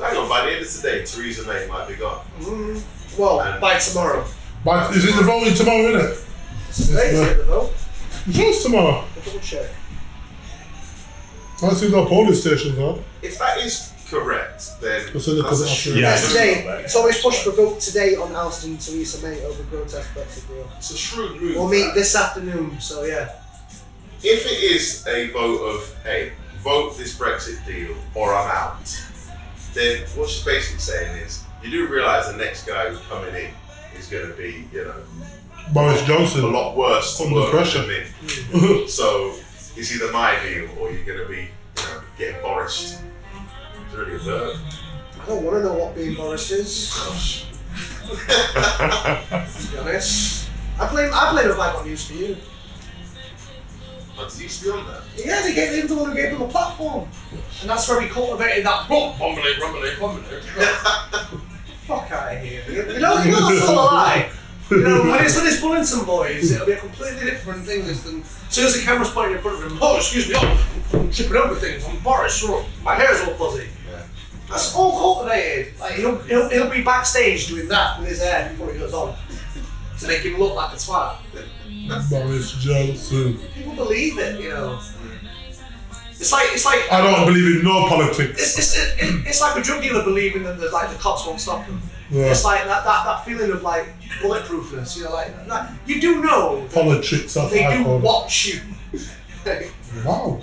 no, by the end of today, Theresa May might be gone. Mm, well, by tomorrow. But is it the vote tomorrow, isn't it? Today's the vote. The vote's tomorrow. I'll double check. I see no polling stations, though. If that is correct, then Let's look that's at a that. sh- Yeah, Yeah, that's a- today. It's always pushed for vote today on Alston Theresa May over grotesque Brexit deal. It's a shrewd move. We'll meet that. this afternoon, so yeah. If it is a vote of, hey, vote this Brexit deal or I'm out, then what she's basically saying is, you do realise the next guy who's coming in is going to be, you know, Boris a Johnson. lot worse to Under work pressure. than me. So it's either my deal or you're going to be, you know, getting Borised. It's really a verb. I don't want to know what being Boris is. to be honest, I blame I blame the black on news for you. But it used to be on there. Yeah, they gave him the one who gave him a platform, and that's where he cultivated that. "Oh, Rumbly, rumbly, rumbly. Fuck out of here! You you know, you know that's all a lie. You know, when it's when it's Bullington boys, it'll be a completely different thing. This than as soon as the camera's pointing in front of him. Oh, excuse me, oh, I'm tripping over things. I'm Boris. oh, My hair's all fuzzy. That's all cultivated. Like he'll, he'll, he'll be backstage doing that with his hair before he goes on to make him look like a twat. Boris Johnson. People believe it, you know. It's like it's like I don't believe in no politics. It's, it's, it, it's like a drug dealer believing that the, like the cops won't stop them. Yeah. It's like that, that, that feeling of like bulletproofness. You know, like, like you do know that Politics, that's they what I do call it. watch you. Like, Wow.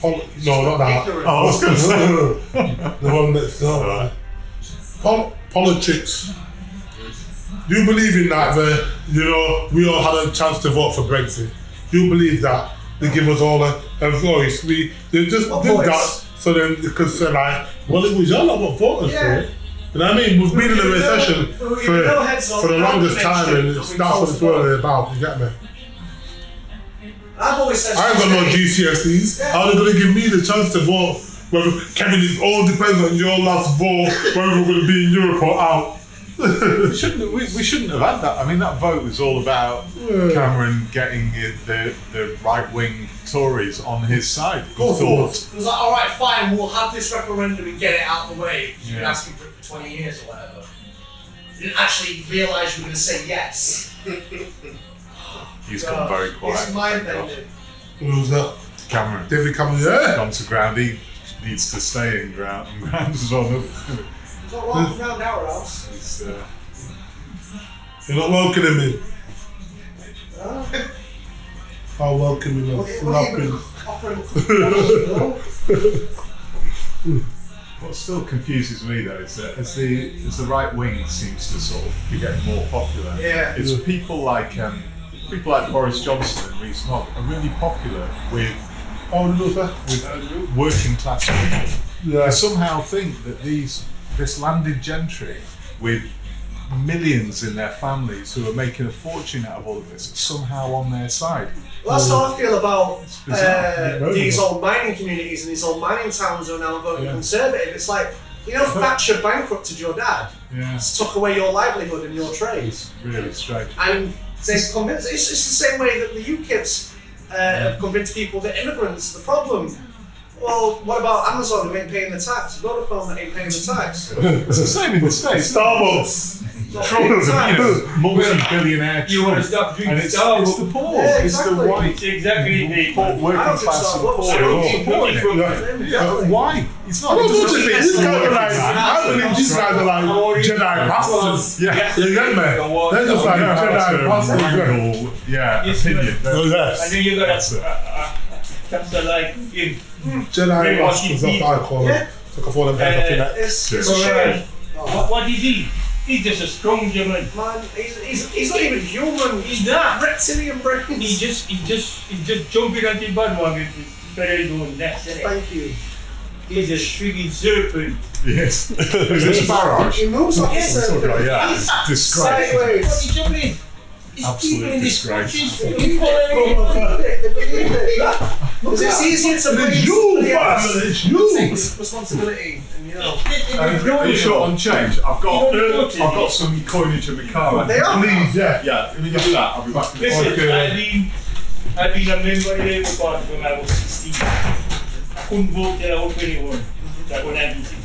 Pol- no, not that. Ignorant. Oh, I was going to say. the one that's not. Pol- politics. Do you believe in that, the, you know, we all had a chance to vote for Brexit? Do you believe that? They give us all a, a voice. We, they just A did voice. that so then they could say, like, well, it was y'all that were voting Yeah. for it. You know what I mean? We've been in a We've no- recession we've for, no heads up, for the no longest connection, time, and nothing it's, that's what else it's about. really about. You get me? I've always said. I ain't got no GCSEs. How are they going to give me the chance to vote? Whether Kevin, it all depends on your last vote, whether we're going to be in Europe or out. We shouldn't, we, we shouldn't have had that. I mean, that vote was all about Cameron getting the, the, the right wing Tories on his side. He course it was. thought. It was like, all right, fine, we'll have this referendum and get it out of the way. You've been Yeah. asking for it for 20 years or whatever. You didn't actually realise you were going to say yes. He's Uh, gone very quiet. It's mind bending. Who was that? Cameron David Cameron, yeah. gone to ground. He needs to stay in ground. And ground as well. no? It's not walking around our house. It's, uh, You're not welcoming me. Uh, How welcoming you what, what are you flapping. even offering? No. What still confuses me though is that as the as the right wing seems to sort of be getting more popular, Yeah. it's people like um, people like Boris Johnson and Rees Mogg are really popular with Oh, look, with uh, working class people. I yeah. somehow think that these this landed gentry with millions in their families who are making a fortune out of all of this are somehow on their side. Well, that's how I feel about bizarre. uh, these old mining communities and these old mining towns who are now voting conservative. It's like, you know, Thatcher bankrupted your dad, Yeah, It's took away your livelihood and your trades, really strange. and they've convinced. It's, it's the same way that the UKIPs uh, have convinced people that immigrants are the problem. Well, what about Amazon who ain't paying the tax? Vodafone that ain't paying the tax. It's the same in the states. Starbucks. Not Trump, paying the you tax. know, multi-billionaire You want to Trump. stop And drinking it's, Starbucks? it's the poor. Yeah, It's the exactly. white, It's exactly the poor I working don't think class and so. poor. I are don't all think supporting it. Yeah. Why? It's not. I'm it not doesn't voting fit These the guys are like, working class. I believe these guys are like Jedi bastards. Yeah. You get me? They're just like Jedi bastards. Yes, Yeah, that's a wrangle, Yeah, opinion. Oh, I yes. think you That's gotta. it. uh, uh, That's the like in. Jedi bastards, that's what I call them. Took off all them heads off your neck. It's, it's a shame. Correct. What, what is he? He's just a strong German. Man, he's, he's, he's not even human. He's He's not. reptilian brains. He just, he just, he just jumping on the bandwagon. It's very doing That's it. Thank you. He's a freaking serpent. Yes. Is this Farage? He moves like a Yes. Talk serpent. about yeah. it's Disgrace. What Sideways. he's jumping? It's Absolute people in this disgrace. country. They believe it. They believe it. Because it's easier to It's blame you, somebody man. else. It's you. It's responsibility. And, you know, I'm pretty short on change. I've got You're I've got some coinage in the car. They are. Please, yeah. Yeah, let me do that. I'll be back. in a Listen, minute. I've been, I've been a member of the Labour Party when I was 16. I couldn't vote till I was 21. That when I was 16.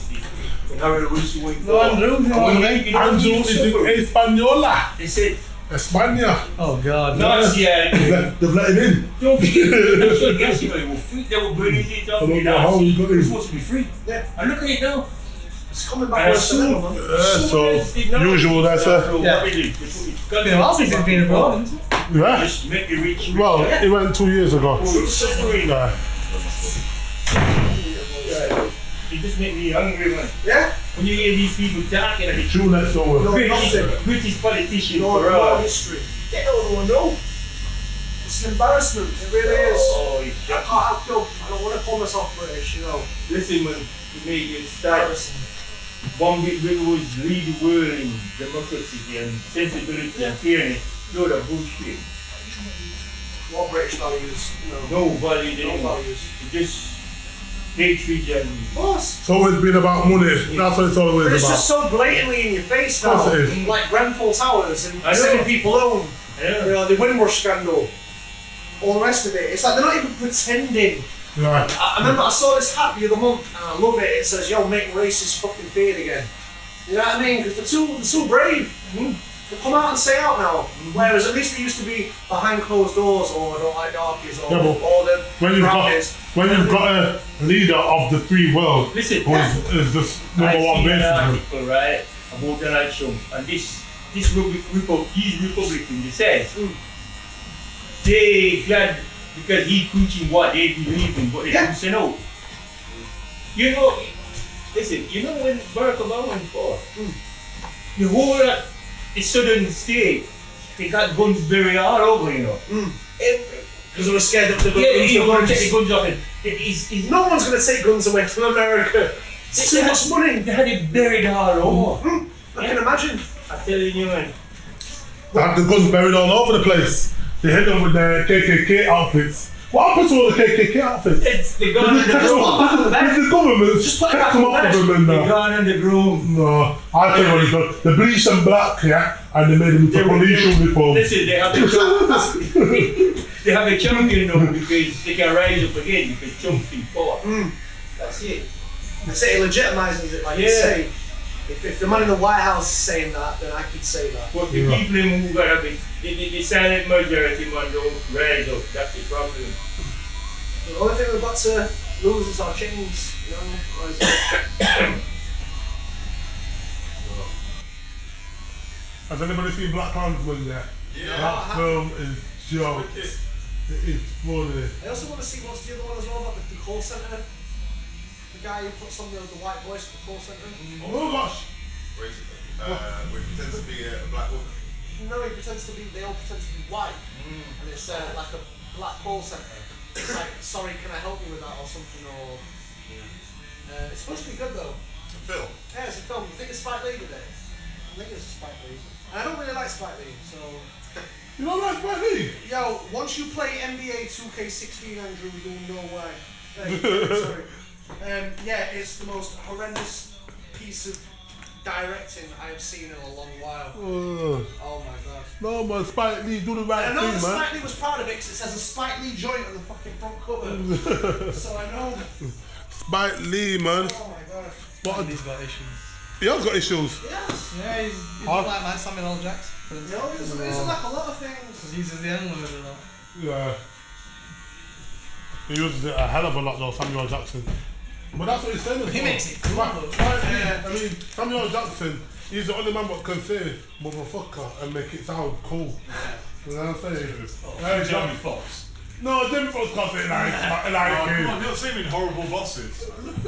Harry Russo went No, Andrew, no, Andrew you- you don't need to is in suffer. Española. They said, España. Oh God. not yet. Let- They've let him in. Don't be I'm sure Gassi they will free they will bring it I up don't in know how he got It's in. supposed to be free. Yeah. And look at it now. It's coming And back as worse than soon- ever, man. Yeah, soon as they know- so usual there, sir. So, Yeah. really, it's what it's got It's been a while since to he's been abroad, isn't it? Yeah. Just make it reach. Well, it went two years ago. Oh, it's suffering. Yeah. It just makes me angry, man. Yeah? When you hear these people talking and it's Two left over. No, nothing. British, British politicians, No, bro. no history. Get everyone know. It's an embarrassment. It really is. Oh, it's I can't. I feel. I don't want to call myself British. You know. Listen, man, to make it start. Embarrassing. Bombay Railroads lead the world in democracy and sensibility and fairness. Load of bullshit. What British values? No. No valid No anymore. values. It's just hatred and. Of course. It's always been about money. That's what it's always But it's about. just so blatantly in your face Of now. course it is. Like Grenfell Towers and I know. sending people home. You Yeah. know, the Windrush scandal. All the rest of it. It's like they're not even pretending. Yeah. I I remember I saw this hat the other month and I love it. It says, "Yo, make racist fucking beard again." You know what I mean? Because they're too, they're too brave. Mm-hmm. They come out and say out now. Whereas at least they used to be behind closed doors, or I don't like darkies, or Yeah, but or the When you've got brownies. when you've got a leader of the free world Listen, who is, is just I number one see an uh, man. article, right, about Donald Trump, and this this Republic, Repu- these Republicans, they says hmm. they glad because he preaching what they believe in, but they Yeah. yeah. say no. You know, listen, you know when Barack Obama went for the whole uh, the southern state, they got guns buried all over, you know. Every, because they were scared of the yeah, guns. you're gonna take the guns off it. It is- it's No one's going to take guns away from America. It's too Yeah. much money. They had it buried all over. I can imagine. I'm telling you, man. They had the guns buried all over the place. They hit them with their KKK outfits. What happened to all the KKK outfits? It's the Did gun they and the take broom. back on the them? back. Did the government Just just put it back take them on the off back. of them The now? gun and the broom. No, I think what it's done. They bleached them black, yeah, and they made them into police uniform. Listen, they have a champion. they have a champion now because they can rise up again because Trump's in power. Mm. That's it. They say it legitimizes it, like you Yeah. say. If, if the man in the White House is saying that, then I could say that. But the Yeah. people in who gotta be the, the, the silent majority man don't rise up. That's the problem. The only thing we've got to lose is our chains, you know. or is it- Has anybody seen Black Klansman yet? Yeah. That film is joke. It is funny. I also want to see what's the other one as well about the, the call centre. The guy who puts on the, the white voice at the call centre. Oh gosh. Uh, we pretend to be a black woman. No, he pretends to be, they all pretend to be white. And it's uh, like a black call centre. It's like, sorry, can I help you with that or something? Or uh, It's supposed to be good though. Phil. Yeah, it's a film. I think it's Spike Lee today. I think it's Spike Lee. And I don't really like Spike Lee, so. You know that's my thing. Yo, once you play NBA 2K16, Andrew, you'll know why. Uh, sorry. Um, yeah, it's the most horrendous piece of directing I have seen in a long while. Ugh. Oh my god. no, man, Spike Lee, do the right And I know that thing, man. Spike Lee was proud of it because it says a Spike Lee joint on the fucking front cover. so I know. Spike Lee, man. Oh my god. What? He's got issues. He has got issues. Yes. Yeah, he's, he's Huh? like my Samuel L. Jackson. for You know, he's, instance. he's like a lot of things. He uses the N word a lot. Yeah. He uses it a hell of a lot, though, Samuel Jackson. But that's what he's saying. He makes it cool, Right, though. Spike Lee, I mean, Samuel Jackson, he's the only man that can say motherfucker and make it sound cool. You know what I'm saying? Oh. Yeah, Jamie Jack- Foxx. No, Jimmy Fox can't say it like, like Come it. on, you'll see him in Horrible Bosses.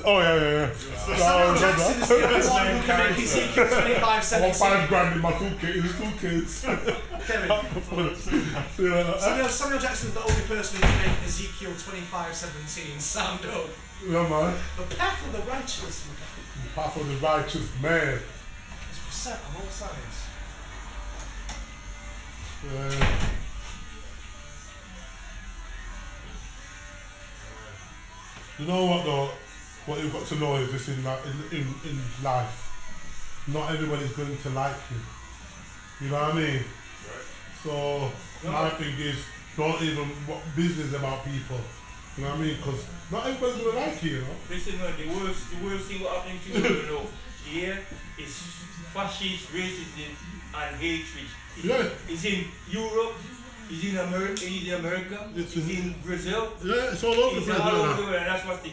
Oh, yeah, yeah, Ah, yeah. No, no, Jackson is Oh, no. the only one who can make his secret 25 I want seconds. five grand in my suitcase, his suitcase. yeah, Samuel, Samuel Jackson's the only person who can make Ezekiel 25:17 sound up. yeah, man. The path of the righteous man Path of the righteous man. is beset on all sides. Yeah. You know what though? What you've got to know is this in li- in, in, in life. Not everybody's going to like you. You know what I mean? So my thing is don't even what business about people. You know what I mean? Because not everybody's gonna like you. You know. Listen, man, the worst, the worst thing what happened to you, you know, here is fascist, racism, and hatred. It's, Yeah. it's in Europe, it's in America, it's in, America, It's it's in- in Brazil, Yeah, it's all over it's the place. all over now. the world, and that's what the,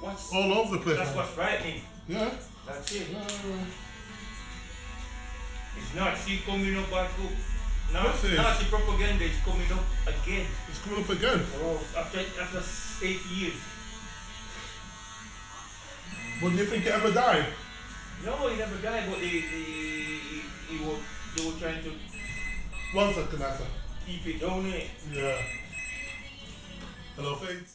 what's, all over the place. that's now. what's frightening. Yeah. That's it. yeah, yeah. It's Nazi coming up back up. Yes, it Nazi, is. Nazi propaganda is coming up again. Oh, It's coming up again. After after eight years. But do you think it ever died? No, he never died, but he, he, he, he was, they were trying to One second, after. keep it down. eh? Yeah. Hello, Faith.